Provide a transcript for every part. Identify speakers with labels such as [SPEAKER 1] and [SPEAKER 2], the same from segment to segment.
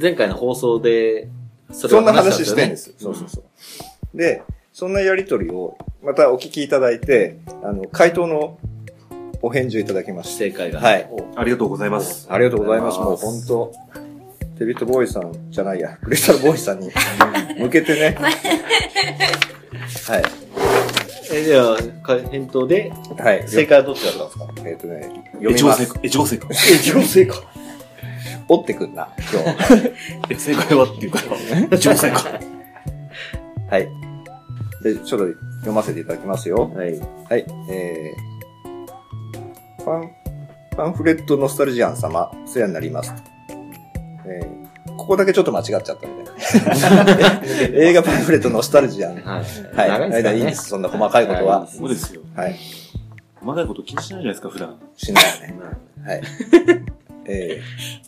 [SPEAKER 1] 前回の放送で、そ
[SPEAKER 2] そんな
[SPEAKER 1] を
[SPEAKER 2] 話
[SPEAKER 1] し
[SPEAKER 2] したて
[SPEAKER 1] よ
[SPEAKER 2] ん
[SPEAKER 1] ね
[SPEAKER 2] です。そうそうそう。で、そんなやりとりを、またお聞きいただいて、あの、回答のお返事をいただきまして。
[SPEAKER 1] 正解が。
[SPEAKER 2] はい。
[SPEAKER 3] ありがとうございます。
[SPEAKER 2] ありがとうございます。
[SPEAKER 1] あり
[SPEAKER 2] もう
[SPEAKER 1] がとうござい
[SPEAKER 2] 本
[SPEAKER 1] ます
[SPEAKER 2] 当デビッド・ボーイさんじゃないや、 クリスタル・ボーイさんに向けて ね。はい。
[SPEAKER 1] え、じゃあ、か返答で、
[SPEAKER 2] はい。
[SPEAKER 1] 正解はどっちだったんですか
[SPEAKER 2] えっ、とね、読み
[SPEAKER 3] 越後
[SPEAKER 2] ます
[SPEAKER 3] 成。果。越後成 果。
[SPEAKER 2] え、女性か。折ってくんな、今 日。
[SPEAKER 3] え、正解はってい うから、越後成果。
[SPEAKER 2] はい。で、ちょっと読ませていただきますよ。
[SPEAKER 1] はい。
[SPEAKER 2] はい。えー、パン、パンフレットノスタルジアン様、お世話になります。えー、ここだけちょっと間違っちゃったみた いな。映画パンフレットノスタルジアン。
[SPEAKER 1] はい。
[SPEAKER 2] はい。
[SPEAKER 1] 長いですから
[SPEAKER 2] 間
[SPEAKER 1] ね
[SPEAKER 2] いいです。そんな細かいことは。
[SPEAKER 3] そうですよ。
[SPEAKER 2] はい。
[SPEAKER 3] 細かいこと気にしないじゃないですか、普段。
[SPEAKER 2] しないよね。はい。 え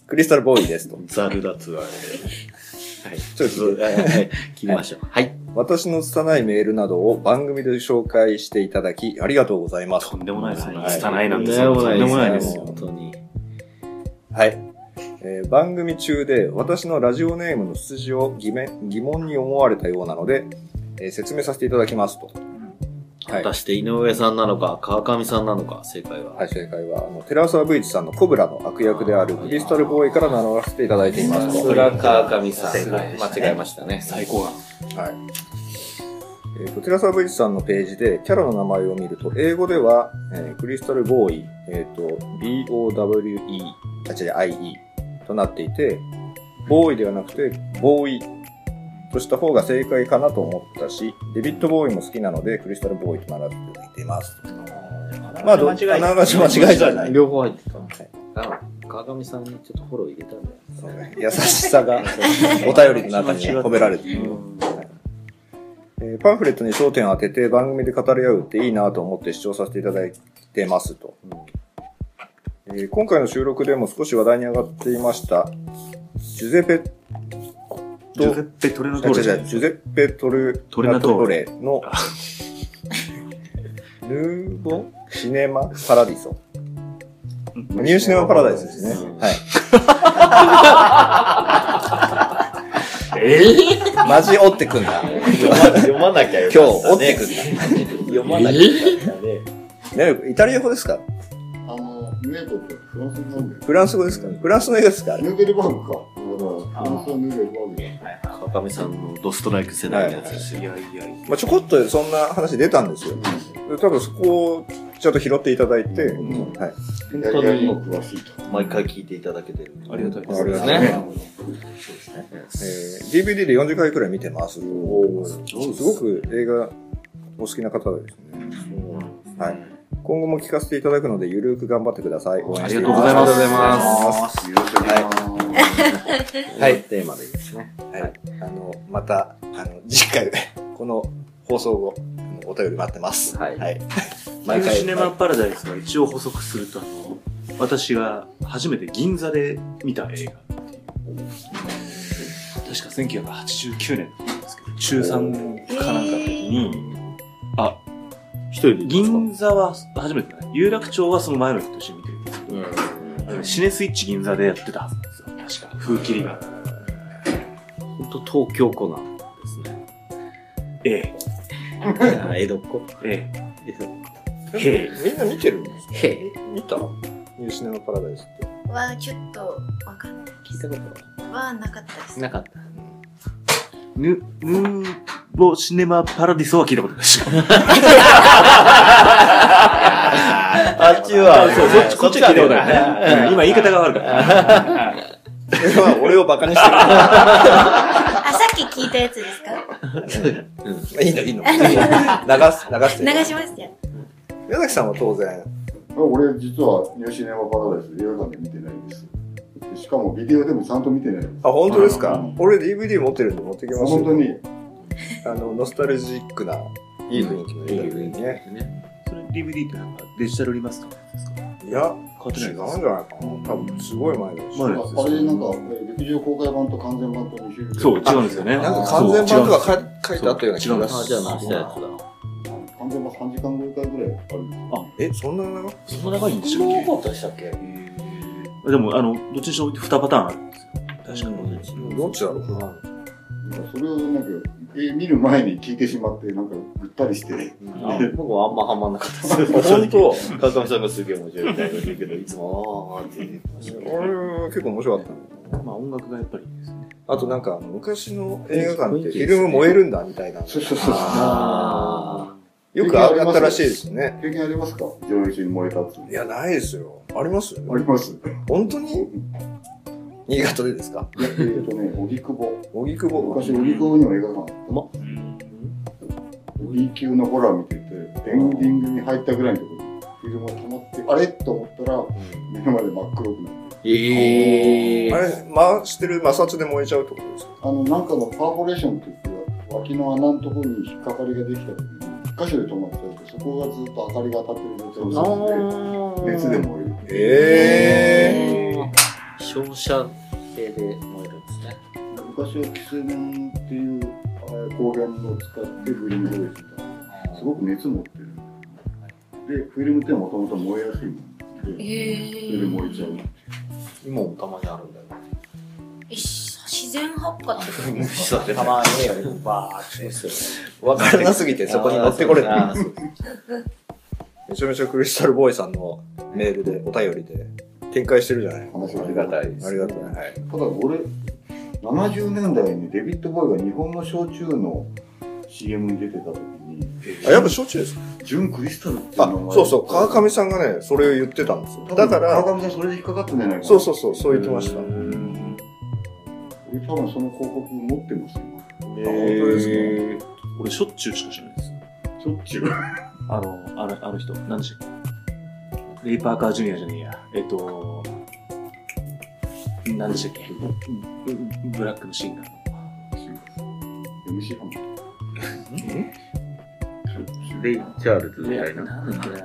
[SPEAKER 2] ー、クリスタルボーイですと。
[SPEAKER 1] ザルだつわ。はい。
[SPEAKER 2] ちょっと聞いて
[SPEAKER 1] はい切りましょう。はい。
[SPEAKER 2] 私の拙いメールなどを番組で紹介していただき、ありがとうございます
[SPEAKER 3] と。んでもないですよ。
[SPEAKER 1] はい
[SPEAKER 3] 拙いなんて、
[SPEAKER 1] とん
[SPEAKER 3] とんで
[SPEAKER 1] で
[SPEAKER 3] も
[SPEAKER 1] も
[SPEAKER 3] な
[SPEAKER 1] ないい
[SPEAKER 3] で
[SPEAKER 1] ですす
[SPEAKER 3] よ。
[SPEAKER 1] 本当に。
[SPEAKER 2] はい。えー番組中で私のラジオネームの出自を疑問疑問に思われたようなので、えー説明させていただきますと。はい
[SPEAKER 1] 果。たして井上さんなのか、川上さんなのか、正解は。
[SPEAKER 2] はい、正解は、あの、寺澤ブイチさんのコブラの悪役であるクリスタルボーイから名乗らせていただいていま
[SPEAKER 1] さ
[SPEAKER 2] すと。
[SPEAKER 1] す
[SPEAKER 2] は
[SPEAKER 1] が川上さん。
[SPEAKER 3] 正解でしたね
[SPEAKER 1] 間違えましたね。
[SPEAKER 3] 最高な。
[SPEAKER 2] い。えっ、と、寺澤ブイチさんのページでキャラの名前を見ると、英語では、えークリスタルボーイ、えっ、と、B-O-W-E、あ、違う、I-E となっていて、ボーイではなくて、ボーイとした方が正解かなと思ったし、デビッド・ボーイも好きなので、クリスタル・ボーイと並べていただいています。まあ、ど、あながち間違いじゃない。
[SPEAKER 1] 両方入ってた。あ川上さんにちょっとフォロー入れたんだよ。
[SPEAKER 2] 優しさ が、お便りの中に褒められてる。えーパンフレットに焦点を当てて番組で語り合うっていいなと思って視聴させていただいてますと。えー今回の収録でも少し話題に上がっていました、ジュゼペ
[SPEAKER 3] ジュゼッペ・トレナ
[SPEAKER 2] あ
[SPEAKER 3] ト
[SPEAKER 2] 違う
[SPEAKER 3] ーレ
[SPEAKER 2] 違うジュゼッペ・トル
[SPEAKER 3] トレナトーレ
[SPEAKER 2] の、ヌーボ・シネマ・パラディソニューシネマパラダイスですね。
[SPEAKER 1] うん
[SPEAKER 2] はい。
[SPEAKER 3] え え
[SPEAKER 2] マジ追ってくんだ。今
[SPEAKER 1] 読ま読まなきゃよ
[SPEAKER 2] 日
[SPEAKER 1] かった
[SPEAKER 2] 追っ
[SPEAKER 1] ね
[SPEAKER 2] て くんだ。
[SPEAKER 1] 読まなきゃよかったね。
[SPEAKER 2] ね、イタリア語ですか
[SPEAKER 4] あの、ヌーベルってフランス語なんだよ。
[SPEAKER 2] フランス語ですかフランスの映画ですかあれ
[SPEAKER 4] ヌーベルバーグか。フランスはヌーベルバーグだ。
[SPEAKER 1] 川上さんのドストライク世代のやつですよ。
[SPEAKER 3] いやい
[SPEAKER 2] まあ、ちょこっとそんな話出たんですよ。で多分そこをちょっと拾っていただいて、
[SPEAKER 4] うん
[SPEAKER 2] はい。
[SPEAKER 4] イタリアにも詳しいと。
[SPEAKER 1] 毎回聞いていただけてる。
[SPEAKER 3] ありがたいで
[SPEAKER 2] あ
[SPEAKER 3] す
[SPEAKER 2] りが
[SPEAKER 1] た
[SPEAKER 2] と
[SPEAKER 1] いうで
[SPEAKER 2] ね
[SPEAKER 1] すね。
[SPEAKER 2] えー DVD で40回くらい見てます。すごく映画お好きな方ですね。はい。今後も聞かせていただくので、ゆるーく頑張ってください。応援しています。。
[SPEAKER 3] ありがとうござい
[SPEAKER 1] ます
[SPEAKER 2] よろしくお願いします。
[SPEAKER 1] はい。テーマでいいですね。
[SPEAKER 2] はい。あの、また、あの、次回、 この放送後、あのお便り待ってます。
[SPEAKER 1] はい
[SPEAKER 3] ニュ
[SPEAKER 2] 毎
[SPEAKER 3] ー
[SPEAKER 2] 回。
[SPEAKER 3] シネマパラダイスは一応補足すると、あの、私が初めて銀座で見た映画っていう。確か1989年だったんですけど、中3かなんかの時に、あ、
[SPEAKER 1] 一人で
[SPEAKER 3] 銀座は初めてだね。有楽町はその前の人と一緒に見てるんですけど、あのシネスイッチ銀座でやってたはずなんですよ。確か、風切りが。
[SPEAKER 1] 本当東京湖なんですね。
[SPEAKER 3] ええ、
[SPEAKER 1] あ 江戸っ子
[SPEAKER 3] ええ、
[SPEAKER 1] 江戸っ子
[SPEAKER 3] へえ
[SPEAKER 2] みんな見てるんですか
[SPEAKER 1] へえ。
[SPEAKER 2] 見たニューシネマパラダイスって。
[SPEAKER 5] はちょっとわかんない
[SPEAKER 1] 聞いたこと
[SPEAKER 5] けどはなかったです。
[SPEAKER 1] なかった。
[SPEAKER 3] ヌ、ヌーボシネマパラディソは聞いたこと ないし。
[SPEAKER 1] あっち
[SPEAKER 3] あ そうそっちこっちは聞いたことないね。うん今言い方が悪か った。
[SPEAKER 2] それは俺をバカにして
[SPEAKER 5] あ、さっき聞いたやつですか
[SPEAKER 2] る。いいの、いいの。流す、流して
[SPEAKER 5] 流
[SPEAKER 2] る。
[SPEAKER 5] しましたよ。
[SPEAKER 2] 宮崎さんは当然、
[SPEAKER 4] 俺、実はニューシネマパラダイス映画館で見てないんです。しかもビデオでもちゃんと見てないです。
[SPEAKER 2] あ、本当ですか、
[SPEAKER 4] うん
[SPEAKER 2] 俺 DVD 持ってるんで持ってきますよ
[SPEAKER 4] 本当に。
[SPEAKER 2] あの、ノスタルジックな、いい雰囲気の DVD ね。
[SPEAKER 1] ね。
[SPEAKER 3] それ DVD ってなんかデジタルリマスターのやつですか
[SPEAKER 2] いや、
[SPEAKER 3] 買ってな
[SPEAKER 2] 違
[SPEAKER 3] い
[SPEAKER 2] うんんじゃ
[SPEAKER 3] で
[SPEAKER 2] な
[SPEAKER 3] す
[SPEAKER 2] い
[SPEAKER 3] か
[SPEAKER 2] かな。多分、すごい前だし。
[SPEAKER 3] 前
[SPEAKER 4] あ
[SPEAKER 3] のやつです
[SPEAKER 4] あれ、なんか、え劇場公開版と完全版と2種類。
[SPEAKER 3] そう、違うんですよね。
[SPEAKER 2] なんか
[SPEAKER 3] そう
[SPEAKER 2] 完全版と
[SPEAKER 3] 違うんですよ
[SPEAKER 2] か書い書いてあったような気が
[SPEAKER 1] あ、
[SPEAKER 2] す
[SPEAKER 1] じゃ
[SPEAKER 2] る
[SPEAKER 1] あ。直したやつだ。
[SPEAKER 4] 完全版3時間後回ぐらいあるんです
[SPEAKER 2] え、そんな長
[SPEAKER 3] そんな長いんでしたっけ
[SPEAKER 1] かったでしたっけ
[SPEAKER 3] でも、あの、どっちにしろ2パターンあるんですよ。確かに。
[SPEAKER 2] いどっちだろうな。
[SPEAKER 4] なんかそれをなんか、え見る前に聞いてしまって、なんかぐったりして。
[SPEAKER 1] 僕はあんまハマんなかったです。
[SPEAKER 2] 本当
[SPEAKER 1] 川上さんがすげえ面白いみたいなこと言うけど、いつも、あーあーって言ってましたね。
[SPEAKER 2] 俺は結構面白かったね
[SPEAKER 3] まあ音楽がやっぱりいいですね。
[SPEAKER 2] あとなんか、昔の映画館ってフィルム燃えるんだみたいな。
[SPEAKER 4] そうそうそう。
[SPEAKER 1] あ
[SPEAKER 2] よくあったらしいですね。
[SPEAKER 4] 経験ありますか上映中に燃えたって
[SPEAKER 2] いや、ないですよ。あります
[SPEAKER 4] あります。
[SPEAKER 2] 本当に新潟でですか
[SPEAKER 4] えっとね、荻窪。
[SPEAKER 2] 荻窪
[SPEAKER 4] 昔、荻窪にも映画館あっ
[SPEAKER 3] うん。
[SPEAKER 4] た。B 級のホラー見てて、エンディングに入ったぐらいのところに、フィルムが溜まって、あれと思ったら、目の前で真っ黒くなって。
[SPEAKER 1] ーえ
[SPEAKER 2] あ
[SPEAKER 1] ー。
[SPEAKER 2] れ、回してる摩擦で燃えちゃうってことですか
[SPEAKER 4] あの、なんかのパーポレーションって言って、脇の穴のところに引っかかりができた時に、一箇所で止まっちゃうと、そこがずっと明かりが当たってる状態になって、熱で燃える。
[SPEAKER 2] ええ
[SPEAKER 1] 照射系で燃えるんですね。
[SPEAKER 4] 昔はキセノンっていうえー光源を使ってフィルム上映してたすごく熱持ってるでフィルムってもともと燃えやすいもんでそれで燃えちゃう
[SPEAKER 1] 今もたまにあるんだよ。
[SPEAKER 5] え自然発火ってこと
[SPEAKER 1] 無視され
[SPEAKER 2] たまにね、バー
[SPEAKER 1] そうですよね
[SPEAKER 2] ッ。わからなすぎてそこに乗ってこれない。
[SPEAKER 1] あーそう
[SPEAKER 2] めちゃめちゃクリスタルボーイさんのメールで、お便りで展開してるじゃない。
[SPEAKER 4] 話
[SPEAKER 1] ありがたいです
[SPEAKER 2] ありがたい。はい。
[SPEAKER 4] ただ俺70年代にデビッド・ボーイが日本の焼酎の CM に出てた時に
[SPEAKER 2] あ、やっぱ焼酎ですか
[SPEAKER 4] 純クリスタルっていう
[SPEAKER 2] あ
[SPEAKER 4] 名前、
[SPEAKER 2] そうそう。川上さんがね、それを言ってたんですよ。だか
[SPEAKER 4] だから
[SPEAKER 2] ら、
[SPEAKER 4] 川上さんそれで引っかかったんじゃないかな
[SPEAKER 2] そうそうそう、そう言ってました。
[SPEAKER 3] うん
[SPEAKER 4] 俺多分その広告持ってますよ
[SPEAKER 2] あ本当ですか
[SPEAKER 3] 俺しょっちゅうしか知らないです。
[SPEAKER 4] しょっちゅう
[SPEAKER 3] あの、あのあの人、何でしたっけレイ・パーカー・ジュニアじゃねえや。えっと、何でしたっけブブブラックのシンガー。
[SPEAKER 4] MC かも
[SPEAKER 1] レイ・チャールズみ
[SPEAKER 3] い
[SPEAKER 1] た
[SPEAKER 3] や
[SPEAKER 1] いな。
[SPEAKER 3] なんだっけな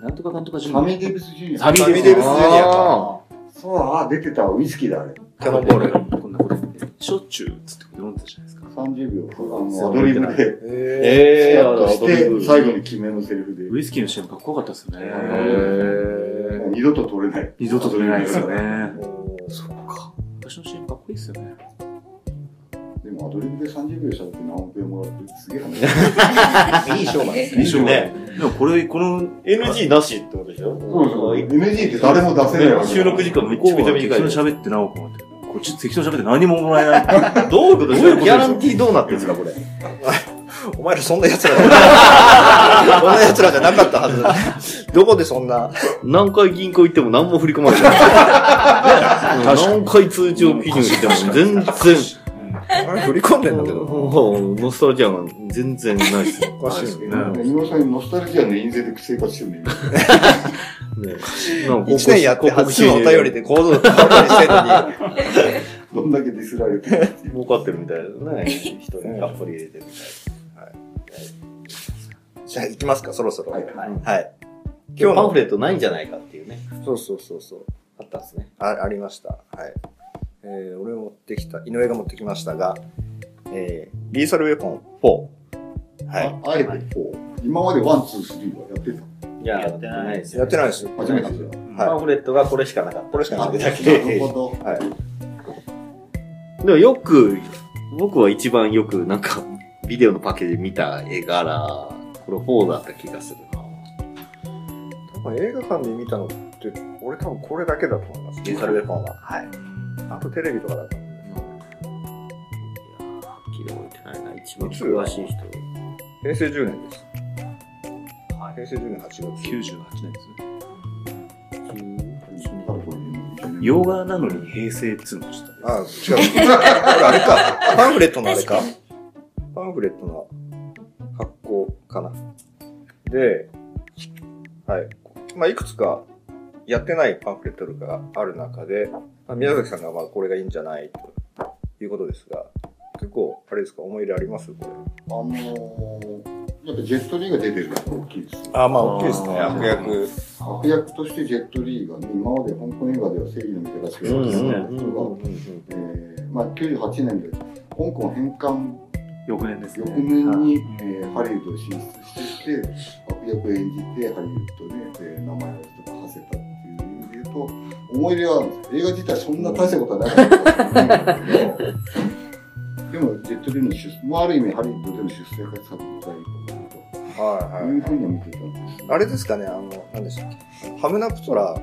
[SPEAKER 3] なんとかなんとかジ
[SPEAKER 4] サミー・
[SPEAKER 3] ュ
[SPEAKER 4] デ
[SPEAKER 3] ニ
[SPEAKER 4] イビス・ジュニア
[SPEAKER 3] サミ
[SPEAKER 2] サミー・デ
[SPEAKER 3] デ
[SPEAKER 2] イ
[SPEAKER 3] イ
[SPEAKER 2] ビ
[SPEAKER 3] ビ
[SPEAKER 2] ス・
[SPEAKER 3] ス
[SPEAKER 2] ジ
[SPEAKER 3] ジ
[SPEAKER 2] ュニアか。
[SPEAKER 1] あ
[SPEAKER 4] そう、あ、出てた、ウイスキーだ、あれ。
[SPEAKER 3] ア。
[SPEAKER 2] キャノンボール
[SPEAKER 3] こんなこと言って。しょっちゅうっつって飲んでたじゃないですか。
[SPEAKER 4] 30秒、あの
[SPEAKER 1] そ
[SPEAKER 4] ア
[SPEAKER 1] う
[SPEAKER 4] ドリブで、
[SPEAKER 2] え
[SPEAKER 4] ス
[SPEAKER 1] え
[SPEAKER 4] カ
[SPEAKER 1] え
[SPEAKER 4] ッとし
[SPEAKER 1] アドリブ
[SPEAKER 4] て、最後に決めのセリフで。
[SPEAKER 3] ウイスキーの CM かっこよかったですよね。
[SPEAKER 2] ー。
[SPEAKER 4] もう二度と取れない。
[SPEAKER 3] 二度と取れないですよね。
[SPEAKER 2] そ
[SPEAKER 3] っか。私の CM かっこいいですよね。
[SPEAKER 4] でもアドリブで30秒喋って何億円もらってすげえ話。
[SPEAKER 2] いい商売ですね。
[SPEAKER 3] 印象が。
[SPEAKER 1] ね
[SPEAKER 3] でもこれ、この、
[SPEAKER 1] NG なしってことでしょ
[SPEAKER 4] そうそう。NG って誰も出せないわけだから。
[SPEAKER 1] 収録時間め
[SPEAKER 3] 向
[SPEAKER 1] っち
[SPEAKER 3] こ
[SPEAKER 1] ゃ
[SPEAKER 3] う
[SPEAKER 1] めちゃ
[SPEAKER 3] は適
[SPEAKER 1] 短いで
[SPEAKER 3] 当に
[SPEAKER 1] す。ど
[SPEAKER 3] 喋って何億もらってる。こっち適当に喋って何ももらえない。
[SPEAKER 1] ういうことです
[SPEAKER 3] どういう
[SPEAKER 1] か
[SPEAKER 3] こと
[SPEAKER 1] ギャランティーどうなってるんですかこれ。
[SPEAKER 2] お前らそんな奴らじ ゃなそんな奴らじゃなかったはずだ。どこでそんな。
[SPEAKER 1] 何回銀行行っても何も振り込まれてない。何回通帳記入しても全然、
[SPEAKER 2] あれ振り込んでんだけど。
[SPEAKER 1] もうノスタルジアが全然ないですね。
[SPEAKER 2] おかしいよね。
[SPEAKER 3] ね
[SPEAKER 4] 井上さん、ノスタルジアの印税で生活してるね。
[SPEAKER 1] なんか
[SPEAKER 2] 一年やって初のお便りで行動ばっかりしてん のに。
[SPEAKER 4] どんだけディスられてる。
[SPEAKER 1] 儲かってるみたいなね。人にたっぷり入れてるみ
[SPEAKER 2] じゃあ行きますか、そろそろ。
[SPEAKER 4] は
[SPEAKER 2] はいい。
[SPEAKER 1] たいな。
[SPEAKER 2] 今
[SPEAKER 1] 今
[SPEAKER 2] 日
[SPEAKER 1] 日パン
[SPEAKER 2] の
[SPEAKER 1] フ、レットないんじゃないかっていうね。
[SPEAKER 2] そうそうそうそう。
[SPEAKER 1] あったんですね。
[SPEAKER 2] あありました。はい。えー、俺持ってきた、井上が持ってきましたが、えー、リーサルウェポン4。はい。
[SPEAKER 4] ああえてこう、今までワン、ツー、スリーはやってた。
[SPEAKER 1] いや、やってないです
[SPEAKER 2] やってないですよ。
[SPEAKER 4] 初めてですよ。
[SPEAKER 1] パン
[SPEAKER 2] は
[SPEAKER 1] フレットがこれしかなかった。
[SPEAKER 2] これしかなかった
[SPEAKER 1] だ
[SPEAKER 4] な
[SPEAKER 1] け。
[SPEAKER 4] るほど。
[SPEAKER 2] はい
[SPEAKER 1] でもよく、僕は一番よくなんか、ビデオのパッケージで見た絵柄、これ4だった気がするな。
[SPEAKER 2] い。多分映画館で見たのって、俺多分これだけだと思います。リーサルウェポンは。はい。あとテレビとかだったん
[SPEAKER 1] いやーは
[SPEAKER 2] で。
[SPEAKER 1] っきり覚えてないな。一番詳しい人。
[SPEAKER 2] 平成10年です。平成10年8月。
[SPEAKER 3] 98年ですね。
[SPEAKER 4] 多分これ一緒に
[SPEAKER 3] 洋画なのに平成っつうのしたね
[SPEAKER 2] あ、違う。これあれか。パンフレットのあれか。パンフレットの発行かな。で、はい。まあ、いくつかやってないパンフレットがある中で、まあ、宮崎さんがまあこれがいいんじゃないということですが、結構、あれですか、思い入れありますこれ。
[SPEAKER 4] あのー、やっぱジェットリーが出てるのが大きいです。
[SPEAKER 2] あ、まあ
[SPEAKER 3] 大きいですね
[SPEAKER 2] 悪役。
[SPEAKER 4] 悪役としてジェットリーがね、今まで香港映画では正義の味方しかや
[SPEAKER 1] う
[SPEAKER 4] っ
[SPEAKER 1] ん
[SPEAKER 4] て
[SPEAKER 1] うん
[SPEAKER 4] なかった人が、えーまあ98年で香港返還
[SPEAKER 3] 翌年ですね。
[SPEAKER 4] 翌年に、
[SPEAKER 3] はい
[SPEAKER 4] えーハリウッド進出してきて、悪役を演じてハリウッドで、えー名前を一つ馳せたっていう意味で言うと、思い出はあるんです映画自体そんな大したことはなかったんですけど、でもジェットリーの出、まあ、ある意味ハリウッドでの出世活作の第一歩かなと。
[SPEAKER 2] はい
[SPEAKER 4] い
[SPEAKER 2] は
[SPEAKER 4] う
[SPEAKER 2] い
[SPEAKER 4] ふうには見てたんです。
[SPEAKER 2] あれですかね、あの、何でしたっけ。ハムナプトラ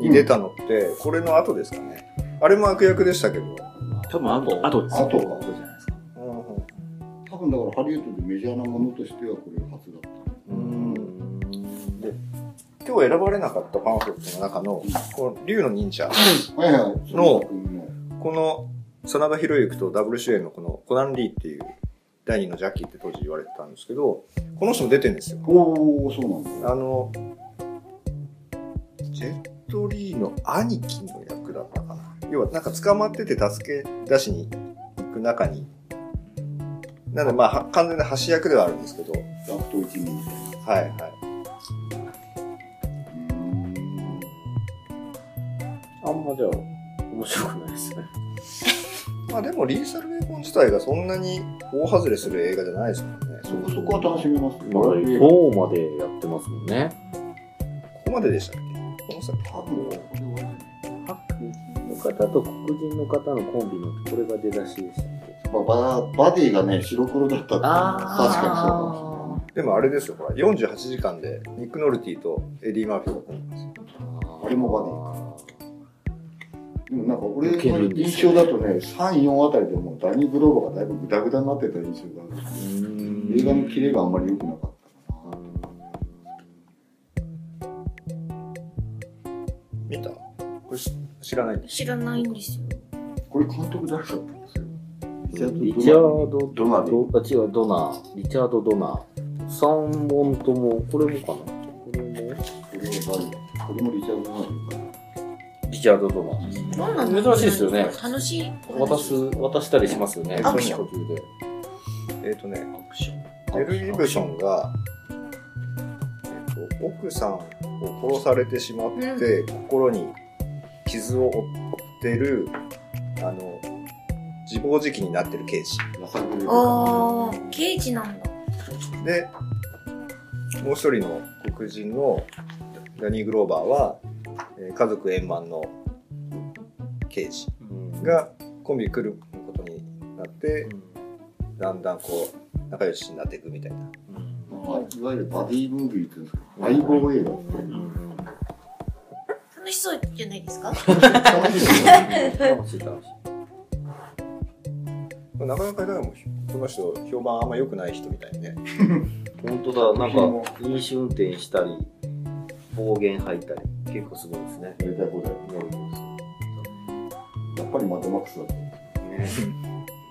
[SPEAKER 2] に出たのって、これの後ですかね。あれも悪役でしたけど。
[SPEAKER 3] 多分あと、あとですね。
[SPEAKER 4] あとか
[SPEAKER 3] じゃないですか。
[SPEAKER 4] 多分だからハリウッドでメジャーなものとしてはこれが初だった。
[SPEAKER 2] うんで今日選ばれなかったパンフレットの中の、この竜の忍者、
[SPEAKER 4] はいはい。
[SPEAKER 2] の
[SPEAKER 4] 君の
[SPEAKER 2] この真田広之とダブル主演のこのコナン・リーっていう第二のジャッキーって当時言われてたんですけど、この人も出てるんですよ。
[SPEAKER 4] おお、そうなんだ。
[SPEAKER 2] あの、ジェットリーの兄貴の役だったかな。要はなんか捕まってて助け出しに行く中に、なのでまあは完全な橋役ではあるんですけど、はい
[SPEAKER 4] ラフト一人みたい
[SPEAKER 2] はい。
[SPEAKER 4] な。うーん。
[SPEAKER 1] あんまじゃあ、面白くないですね。
[SPEAKER 2] まあでも、リーサルウェポン自体がそんなに大外れする映画じゃないですもんね。
[SPEAKER 4] そこそこは楽しめます
[SPEAKER 1] まだ
[SPEAKER 4] よ。
[SPEAKER 1] 4までやってますもんね。
[SPEAKER 2] ここまででしたっけこの作
[SPEAKER 4] 多分これは
[SPEAKER 1] 白人の方と黒人の方のコンビの、これが出だしでしたっけ
[SPEAKER 4] まあババディがね、白黒だったっていうのは確かにそうかも
[SPEAKER 2] でもあれですよ、ほら、48時間でニック・ノルティとエディ・マーフィーが組んでますよ
[SPEAKER 4] あれもしれない。でもなんか俺
[SPEAKER 1] 受けるん
[SPEAKER 4] の
[SPEAKER 1] です
[SPEAKER 4] 印象だとね、3、4あたりでもうダニー・グローバーがだいぶグダグダになってた印象がある。映画のキレがあんまり良くなかったかな。
[SPEAKER 2] 見たこれし知らないんです。
[SPEAKER 5] 知らないんですよ。
[SPEAKER 4] これ監督誰だったんですよ。
[SPEAKER 1] リチャード・
[SPEAKER 4] ドナルド
[SPEAKER 1] あ、違う、ドナー。リチャード・ドナー。3本とも、これもかなこれも
[SPEAKER 4] これも誰これもリチャード・マーか
[SPEAKER 1] リチャード・ドナー。
[SPEAKER 5] どんな
[SPEAKER 1] 珍しいですよね
[SPEAKER 5] 楽しい。
[SPEAKER 1] 渡す、渡したりしますよね。
[SPEAKER 2] ア
[SPEAKER 5] クション
[SPEAKER 1] 途中で。
[SPEAKER 2] えっ、とね、
[SPEAKER 1] アクション。
[SPEAKER 2] エル・ギブソンが、えっと奥さんを殺されてしまって、心に傷を負ってる、あの、自暴自棄になってる刑事。
[SPEAKER 4] やさぐれ
[SPEAKER 5] あー、刑事なんだ。
[SPEAKER 2] で、もう一人の黒人のダニー・グローバーは、えー家族円満の刑事がコンビ来ることになって、だんだんこう、仲良しになっていくみたいな。
[SPEAKER 4] まあいわゆるバディムービーっていうんですか、相棒映画っていう
[SPEAKER 5] 楽しそうじゃないですか
[SPEAKER 4] 楽しいですね楽しい楽しい
[SPEAKER 2] なかなか、でも、この人、評判あんま良くない人みたいね。
[SPEAKER 1] 本当だ、なんか、飲酒運転したり、暴言吐いたり、結構すごいですね。
[SPEAKER 4] やりたいことややっぱりマッドマックスだと
[SPEAKER 1] ね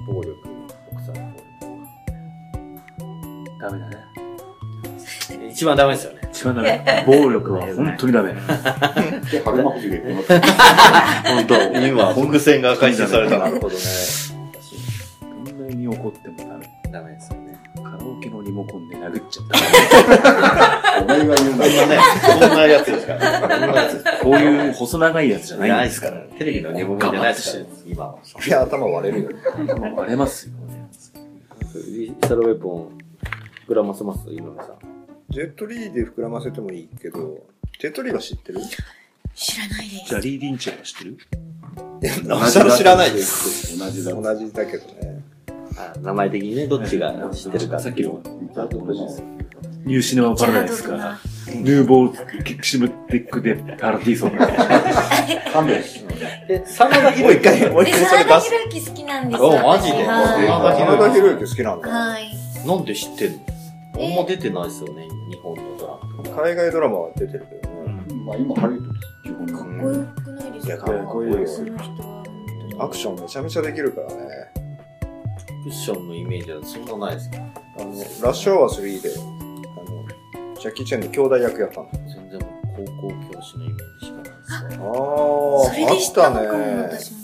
[SPEAKER 1] 暴力、奥さんの
[SPEAKER 3] ダメだね。
[SPEAKER 1] 暴力。一番ダメですよね。
[SPEAKER 3] 一番ダメ。暴力は本当にダメ。
[SPEAKER 4] で春馬富士が言ってます
[SPEAKER 1] 本当。今、本線が回収されたなるほどね。
[SPEAKER 3] どんなに怒ってもダメ。
[SPEAKER 1] ダメですよね。
[SPEAKER 3] カラオケのリモコンで殴っちゃった。
[SPEAKER 4] お前が言う
[SPEAKER 1] こん
[SPEAKER 4] な
[SPEAKER 1] なね、こんなやつですから。こんなやつです
[SPEAKER 3] こういう細長いやつじゃないん
[SPEAKER 1] ない
[SPEAKER 3] で
[SPEAKER 1] ですす
[SPEAKER 3] か。
[SPEAKER 1] からら。テレビの寝ぼけじゃないですから、今は。
[SPEAKER 2] いや、頭割れるよ。
[SPEAKER 3] 割れますよ。
[SPEAKER 1] リサルウェポン、膨らませます井上さん。
[SPEAKER 2] ジェットリーで膨らませてもいいけど、ジェットリーは知ってる
[SPEAKER 5] 知らないです
[SPEAKER 3] じゃ。あ、リー・リンチェル知ってる
[SPEAKER 2] なおさら知らないです。
[SPEAKER 4] す同じだ
[SPEAKER 2] 同じだけどね。
[SPEAKER 1] あ名前的にね、どっちが知ってるか
[SPEAKER 3] さっ
[SPEAKER 1] って
[SPEAKER 3] き
[SPEAKER 1] いう
[SPEAKER 3] の
[SPEAKER 4] だと同じです
[SPEAKER 3] ニューシネマ・パラダイスから、ヌーボー・キクシムテック・でパラディーソンが。
[SPEAKER 4] 勘弁
[SPEAKER 1] で、真田広之
[SPEAKER 2] も
[SPEAKER 5] で、沢田博之好きなんですよ。
[SPEAKER 1] おマジで
[SPEAKER 5] は
[SPEAKER 2] 真
[SPEAKER 1] 真
[SPEAKER 2] 田広之好きなん
[SPEAKER 5] い。
[SPEAKER 2] だ。
[SPEAKER 5] はい。
[SPEAKER 1] なんで知ってんの
[SPEAKER 5] え
[SPEAKER 1] あんま出てないですよね、日本のドラマ。
[SPEAKER 2] 海外ドラマは出てるけどね。
[SPEAKER 4] まあ今ハリウッドです基本
[SPEAKER 5] かっ
[SPEAKER 4] が
[SPEAKER 5] こよくないです
[SPEAKER 2] い
[SPEAKER 5] か
[SPEAKER 2] や、かっこいい
[SPEAKER 5] こ
[SPEAKER 2] よ
[SPEAKER 5] の。人は。
[SPEAKER 2] アクションめちゃめちゃできるからね。
[SPEAKER 1] クッションのイメージはそんなないですけど
[SPEAKER 2] あの、ラッシュアワー3で、あの、ジャッキー・チェンの兄弟役やったの。
[SPEAKER 1] 全然もう高校教師のイメージしかないですわ。
[SPEAKER 2] あ
[SPEAKER 5] それ
[SPEAKER 2] あ、あ
[SPEAKER 5] で
[SPEAKER 2] っ
[SPEAKER 5] した
[SPEAKER 2] た
[SPEAKER 5] のかも、
[SPEAKER 2] ね。
[SPEAKER 5] 私も。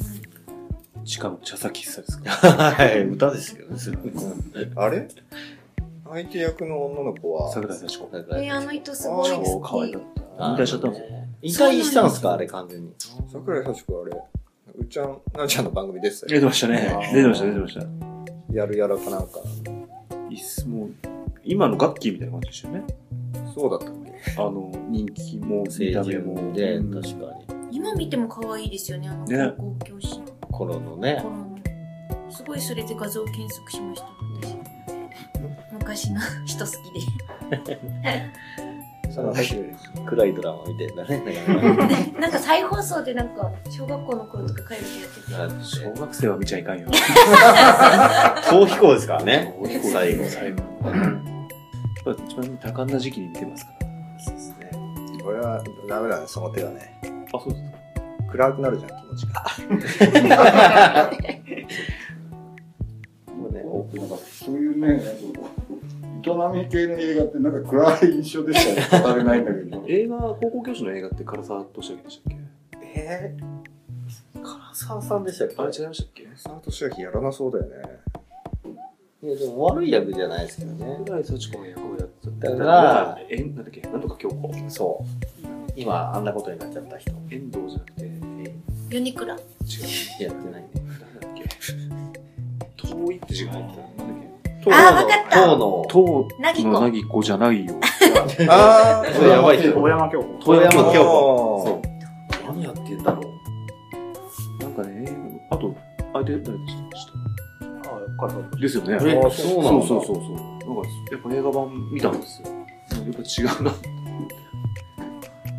[SPEAKER 3] しかも、茶崎喫茶ですか
[SPEAKER 1] はい、歌ですけどね。
[SPEAKER 2] あれ相手役の女の子は、
[SPEAKER 3] 桜井幸子。
[SPEAKER 5] えあの人すごい
[SPEAKER 3] 超
[SPEAKER 5] 好
[SPEAKER 3] 可愛
[SPEAKER 5] き
[SPEAKER 3] かっ。た。引退しちゃったんですよ。
[SPEAKER 1] 引退したんすかあれ完全に。
[SPEAKER 2] 桜井幸子あれ、うっちゃん、なんちゃんの番組出てた
[SPEAKER 3] 出
[SPEAKER 2] よ。
[SPEAKER 3] てましたね。出てました、出てました。
[SPEAKER 2] やるやらかなんか。
[SPEAKER 3] いっすもう、今の楽器みたいな感じでしたよね。
[SPEAKER 2] そうだったっけ
[SPEAKER 3] あの、人気も、見た
[SPEAKER 1] 成
[SPEAKER 3] 目
[SPEAKER 1] 人
[SPEAKER 3] も。
[SPEAKER 1] で、
[SPEAKER 3] うん
[SPEAKER 1] 確かに。
[SPEAKER 5] 今見ても可愛いですよね、あの
[SPEAKER 3] ね
[SPEAKER 5] 高校教師の
[SPEAKER 1] 頃のね
[SPEAKER 5] 頃。の。すごいそれで画像検索しました、私。昔の人好きで。
[SPEAKER 2] 真田広之。
[SPEAKER 1] 暗いドラマみたいなね。
[SPEAKER 5] なんか再放送でなんか小学校の頃とか帰るとやってて。
[SPEAKER 3] 小学生は見ちゃいかんよ。
[SPEAKER 1] 逃避行ですからね。最後。
[SPEAKER 3] 最後。やっぱ一番多感な時期に見てます から。
[SPEAKER 1] そうですね。
[SPEAKER 2] 俺はダメだね、その手はね。
[SPEAKER 3] あ、そうですか。
[SPEAKER 2] 暗くなるじゃん、気持ちが。
[SPEAKER 4] もうねなんかそういうねなんか営み系の映画ってなんか暗い印象でしか語れないんだけど
[SPEAKER 3] 映画、高校教師の映画って唐沢俊明でしたっ
[SPEAKER 1] えー、唐沢さんでしたっけ
[SPEAKER 3] けあれ違いましたっけ
[SPEAKER 2] 佐藤俊明やらなそうだよね。
[SPEAKER 1] いや、でも悪い役じゃないですけどね。
[SPEAKER 3] 桜井幸子の役をやってた
[SPEAKER 1] だから
[SPEAKER 3] えんなんだっけなんとか京子。
[SPEAKER 1] そう。今、あんなことになっちゃった人。
[SPEAKER 3] 遠藤じゃなくて、えー違う。
[SPEAKER 5] 米倉。
[SPEAKER 1] やってないね。
[SPEAKER 3] なんだっけ遠いって字が入ってた。なんだっけ
[SPEAKER 5] あわかった
[SPEAKER 1] 当の、
[SPEAKER 3] 遠
[SPEAKER 5] なぎこ
[SPEAKER 3] のなぎこじゃないよ。
[SPEAKER 2] あ
[SPEAKER 1] それ やばい人。
[SPEAKER 4] 小山京子
[SPEAKER 1] 遠山京子。
[SPEAKER 2] 子
[SPEAKER 1] そう。何やってんだろう。
[SPEAKER 3] なんかね、あと、あれ誰でしたあ、彼だですよね。
[SPEAKER 1] え
[SPEAKER 2] あー
[SPEAKER 1] そうな
[SPEAKER 3] そ
[SPEAKER 1] ん
[SPEAKER 3] うそ
[SPEAKER 1] だ。
[SPEAKER 3] うそうそう。なんか、やっぱ映画版見たんですよ。やっぱ違うな。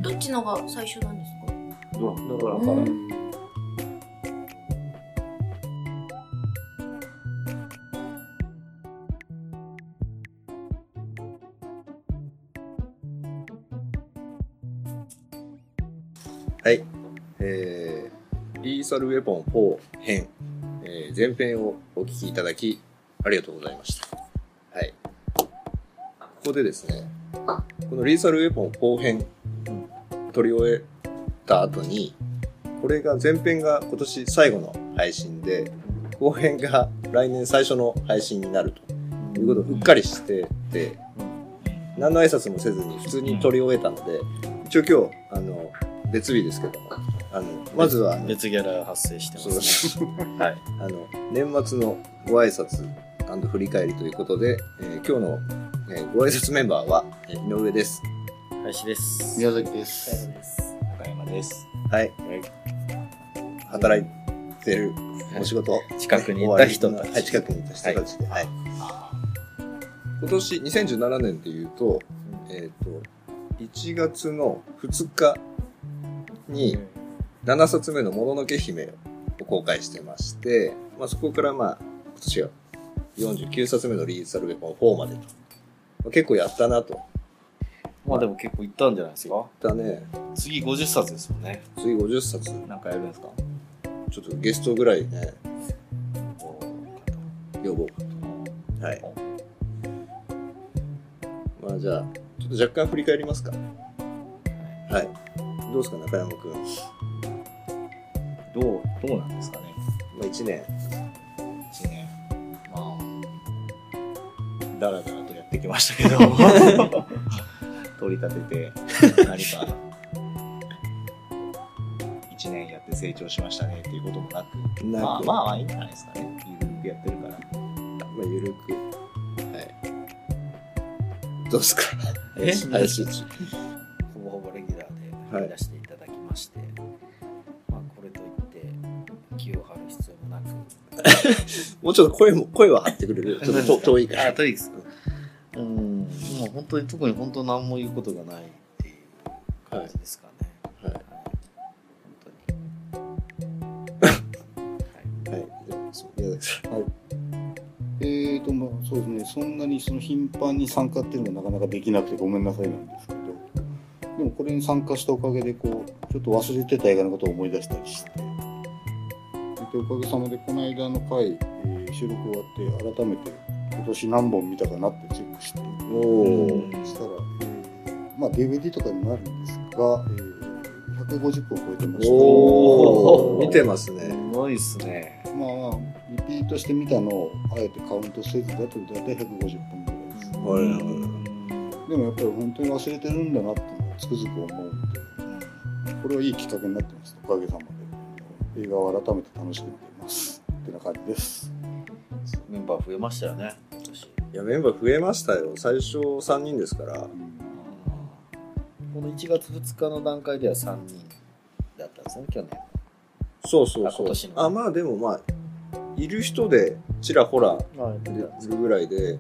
[SPEAKER 5] どっちのが最初なんですか
[SPEAKER 3] ドラマ。
[SPEAKER 5] う
[SPEAKER 1] だ
[SPEAKER 5] ん
[SPEAKER 2] えー、リーサルウェポン4編、えー前編をお聞きいただき、ありがとうございました。はい。ここでですね、このリーサルウェポン4編、撮り終えた後に、これが前編が今年最後の配信で、後編が来年最初の配信になるということをうっかりしてて、何の挨拶もせずに普通に撮り終えたので、一応今日、あの、別日ですけども、あの、まずは、あの
[SPEAKER 6] 別ギャラ発生して
[SPEAKER 2] そうで
[SPEAKER 6] ます、
[SPEAKER 2] すね。
[SPEAKER 6] はい。
[SPEAKER 2] あの、年末のご挨拶振り返りということで、えー今日の、えーご挨拶メンバーは、えー井上です。
[SPEAKER 1] 林です。
[SPEAKER 4] 宮崎です。
[SPEAKER 7] 中山です。
[SPEAKER 1] はい。
[SPEAKER 2] 働いてるお仕事、
[SPEAKER 1] 近くにいた人た
[SPEAKER 2] は
[SPEAKER 1] ち。
[SPEAKER 2] い、近くにいた人たちで、
[SPEAKER 1] はい。
[SPEAKER 2] 今年2017年で言うと、えっ、と、1月の2日に7冊目のもののけ姫を公開してまして、まあ、そこからまあ、今年は49冊目のリーサルウェポン4までと。まあ結構やったなと。
[SPEAKER 1] まあでも結構行ったんじゃないですか。
[SPEAKER 2] だね。
[SPEAKER 7] 次50冊ですもんね。
[SPEAKER 2] 次50冊。
[SPEAKER 1] なんかやるんですか
[SPEAKER 2] ちょっとゲストぐらいね、呼ぼうかと。はい。まあじゃあ、ちょっと若干振り返りますか。はい。どうですか、中山くん。ま
[SPEAKER 1] どう、どうなんですかね。
[SPEAKER 2] あ1年。
[SPEAKER 1] 一年。まあ、だらだらとやってきました けど、取り立てて、何か、一年やって成長しましたねっていうこともなく、
[SPEAKER 2] な
[SPEAKER 1] まあ
[SPEAKER 2] く、まあ、
[SPEAKER 1] まあいいんじゃないですかね。ゆるくやってるから。
[SPEAKER 2] ゆるく。はい。どうですか、
[SPEAKER 7] え
[SPEAKER 2] 林一。
[SPEAKER 7] ほぼほぼレギュラーで
[SPEAKER 2] はい
[SPEAKER 7] 張り出していただきまして、まあこれといって気を張る必要もなく、
[SPEAKER 2] もうちょっと声も、声は張ってくれ る。ちょっと遠いから。
[SPEAKER 7] あ、トリックスか。うーん、もう本当に特に本当何も言うことがないっていう感じですかね。
[SPEAKER 2] はいは
[SPEAKER 7] 本当
[SPEAKER 2] はい。じゃあそう宮崎さ
[SPEAKER 4] えーと、まあそうですね、そんなにその頻繁に参加っていうのがなかなかできなくてごめんなさいなんですけど、でもこれに参加したおかげで、こう、ちょっと忘れてた映画のことを思い出したりして、でおかげさまでこの間の回、えー収録終わって改めて今年何本見たかなってチェックして、
[SPEAKER 2] ん。おー。
[SPEAKER 4] そしたら、えーまあ DVD とかになるんですが、えー150本超えてました。
[SPEAKER 2] おー。見てます
[SPEAKER 1] す
[SPEAKER 2] ね。
[SPEAKER 1] ごいっすね。
[SPEAKER 4] まあ、リピートしてみたのをあえてカウントせずだと大体150本ぐらいで
[SPEAKER 2] はい
[SPEAKER 4] す、
[SPEAKER 2] はい
[SPEAKER 4] でもやっぱり本当に忘れてるんだなっていうのはつくづく思うんで、これはいいきっかけになってますおかげさまで映画を改めて楽しく見ていますってな感じです
[SPEAKER 7] にメンバー増えましたよね、今年。
[SPEAKER 2] いや、メンバー増えましたよ。最初3人ですから。
[SPEAKER 1] この1月2日の段階では3人だったんですね、去年。
[SPEAKER 2] そうそう
[SPEAKER 1] あ
[SPEAKER 2] そう。
[SPEAKER 1] 今年の
[SPEAKER 2] あまあでもまあ、いる人でちらほらいるぐらいで、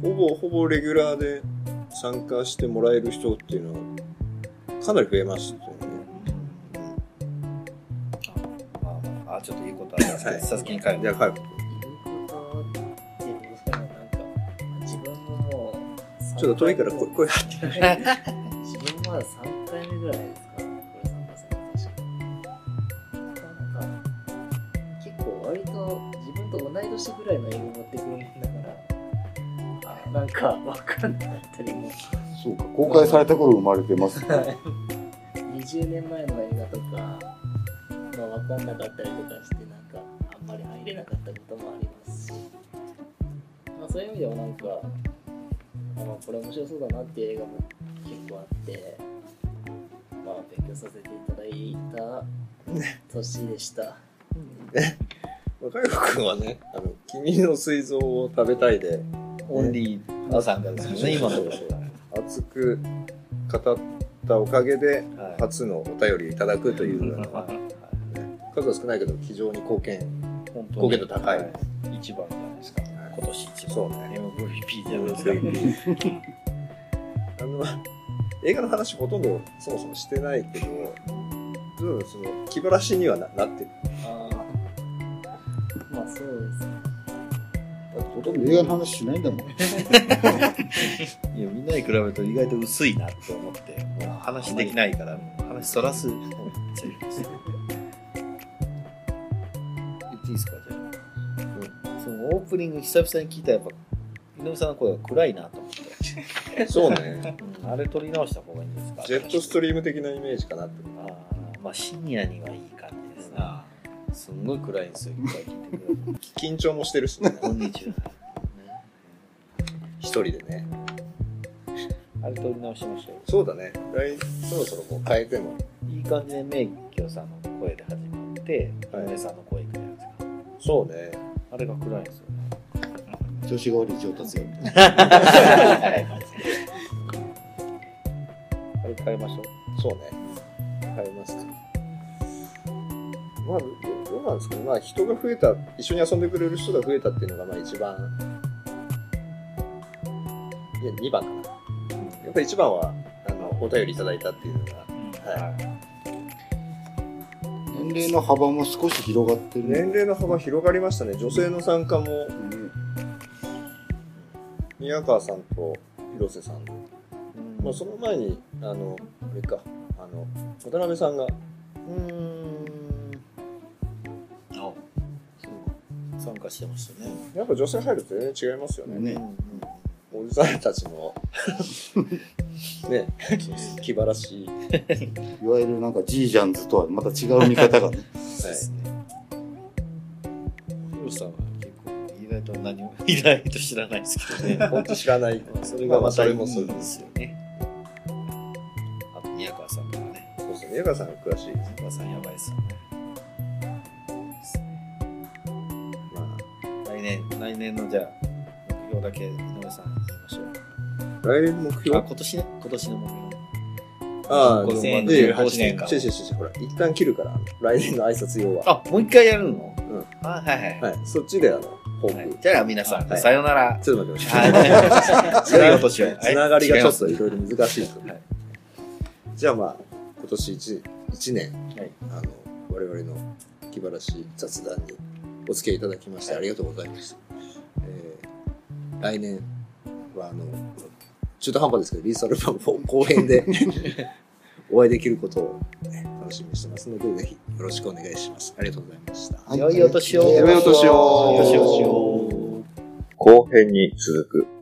[SPEAKER 2] ほぼほぼレギュラーで参加してもらえる人っていうのは、かなり増えましたよね。
[SPEAKER 7] まあまあ、あちょっと言うことありますけど、
[SPEAKER 2] はい
[SPEAKER 7] 佐々木に帰る
[SPEAKER 2] じゃあ、はい。
[SPEAKER 8] 自分ももう
[SPEAKER 2] ちょっと遠いから
[SPEAKER 8] こ
[SPEAKER 2] 声、声張って。
[SPEAKER 8] 自分まだ3回目ぐらいですからねこれ参加するの確かなんか結構割と自分と同い年ぐらいの映画持ってくるもんだからあなんか分かんなかったりも
[SPEAKER 4] そうか公開された頃生まれてます
[SPEAKER 8] 20年前の映画とか、まあ、分かんなかったりとかしてなんかあんまり入れなかったこともありますし、まあ、そういう意味ではなんか、あまあ、これ面白そうだなっていう映画も結構あって、まあ、勉強させていただいた年でした。
[SPEAKER 2] 若い子くんはね、あの、君の膵臓を食べたいで、
[SPEAKER 1] オンリーの参加ですよね、今のところは。
[SPEAKER 2] 熱く語ったおかげで、
[SPEAKER 1] はい
[SPEAKER 2] 初のお便りをいただくというような、数は少ないけど、非常に貢献。
[SPEAKER 1] 本
[SPEAKER 2] 貢献度高い。
[SPEAKER 1] 一番じゃないですか。今年一番。
[SPEAKER 2] そうね。
[SPEAKER 1] MVP じゃないですか。
[SPEAKER 2] あの、映画の話ほとんどそもそもしてないけど、どうだろうその、気晴らしにはななってる。
[SPEAKER 8] あまあそうですね。
[SPEAKER 4] ほと んど映画の話しないんだもん
[SPEAKER 1] いや、みんなに比べると意外と薄いなと思って、もう話できないから、もう話そらす。言っていいですか、じゃあ。そのオープニング久々に聞いたらやっぱ、井上さんの声が暗いなと思って、
[SPEAKER 2] そうね。
[SPEAKER 1] うんあれ取り直した方がいいんですか
[SPEAKER 2] ジェットストリーム的なイメージかなって。
[SPEAKER 1] あーまあ深夜にはいい感じですね。すんごい暗いんですよ、いっぱい聞いてくれる。
[SPEAKER 2] 緊張もしてるしね。
[SPEAKER 1] こんにちは。
[SPEAKER 2] 一人でね。
[SPEAKER 1] あれ取り直しましょう。
[SPEAKER 2] そうだね。来そろそろもう変えても。
[SPEAKER 1] いい感じで名魚さんの声で始まって、井
[SPEAKER 2] はい
[SPEAKER 1] 上さんの声いくじゃないですか。
[SPEAKER 2] そうね。
[SPEAKER 1] あれが暗いんですよね。
[SPEAKER 4] 調子が悪い上達よみたいな
[SPEAKER 1] はい使いましょう。そうね。使いますか。
[SPEAKER 2] まあ、どどうなんですかね。まあ、人が増えた、一緒に遊んでくれる人が増えたっていうのが、まあ、一番。いや、2番かな。やっぱり1番は、あの、お便りいただいたっていうのが、はい。
[SPEAKER 4] 年齢の幅も少し広がってるね。
[SPEAKER 2] 年齢の幅広がりましたね。女性の参加も、宮川さんと広瀬さん。まあ、その前に、あの、あれか、あの、渡辺さんが、うーん、
[SPEAKER 1] そう参加してましたね。
[SPEAKER 2] やっぱ女性入ると全然違いますよね。
[SPEAKER 4] ね
[SPEAKER 2] おじさんたち のね気晴らしい、はい
[SPEAKER 4] いわゆるなんかジージャンズとはまた違う見方がね。
[SPEAKER 1] ヒロさんは結構意外と何も意外と知らないですけどね。
[SPEAKER 2] 本当知らない
[SPEAKER 1] まあそ
[SPEAKER 2] れがまたいい
[SPEAKER 1] それですよね。あと宮川さんとかね。
[SPEAKER 2] そうですね宮川さんが詳しいです
[SPEAKER 1] 宮川さんやばいですよね。
[SPEAKER 2] ま
[SPEAKER 1] 来年来年のじゃあ目標だけ井上さんに言いましょう。
[SPEAKER 2] あ来年の目標
[SPEAKER 1] あ今年ね今年の目標。
[SPEAKER 2] ああ
[SPEAKER 9] 2018年か
[SPEAKER 2] 違う違う違うほら一旦切るから来年の挨拶用は
[SPEAKER 1] あもう一回やるの？
[SPEAKER 2] うん
[SPEAKER 1] あはいはいは
[SPEAKER 2] はいそっちであの報
[SPEAKER 1] い。
[SPEAKER 2] 告、
[SPEAKER 1] はいじゃあ皆さん、
[SPEAKER 2] はい
[SPEAKER 1] さようなら。
[SPEAKER 2] ちょっと待ってください
[SPEAKER 1] はい。良いお年を。
[SPEAKER 2] つながりがちょっと
[SPEAKER 1] はい
[SPEAKER 2] ろいろ難しいと、じゃあまあ今年 1, 一年、あの我々の気晴らしい雑談にお付き合いいただきましてありがとうございました、えー来年はあの中途半端ですけどリーサルバム4後編 でお会いでききることをね、楽しみにしてますのでぜひよろしくお願いしますありがとうございました
[SPEAKER 1] い良いお年を。
[SPEAKER 4] 良いお年を
[SPEAKER 1] 良いお年を。
[SPEAKER 2] 後編に続く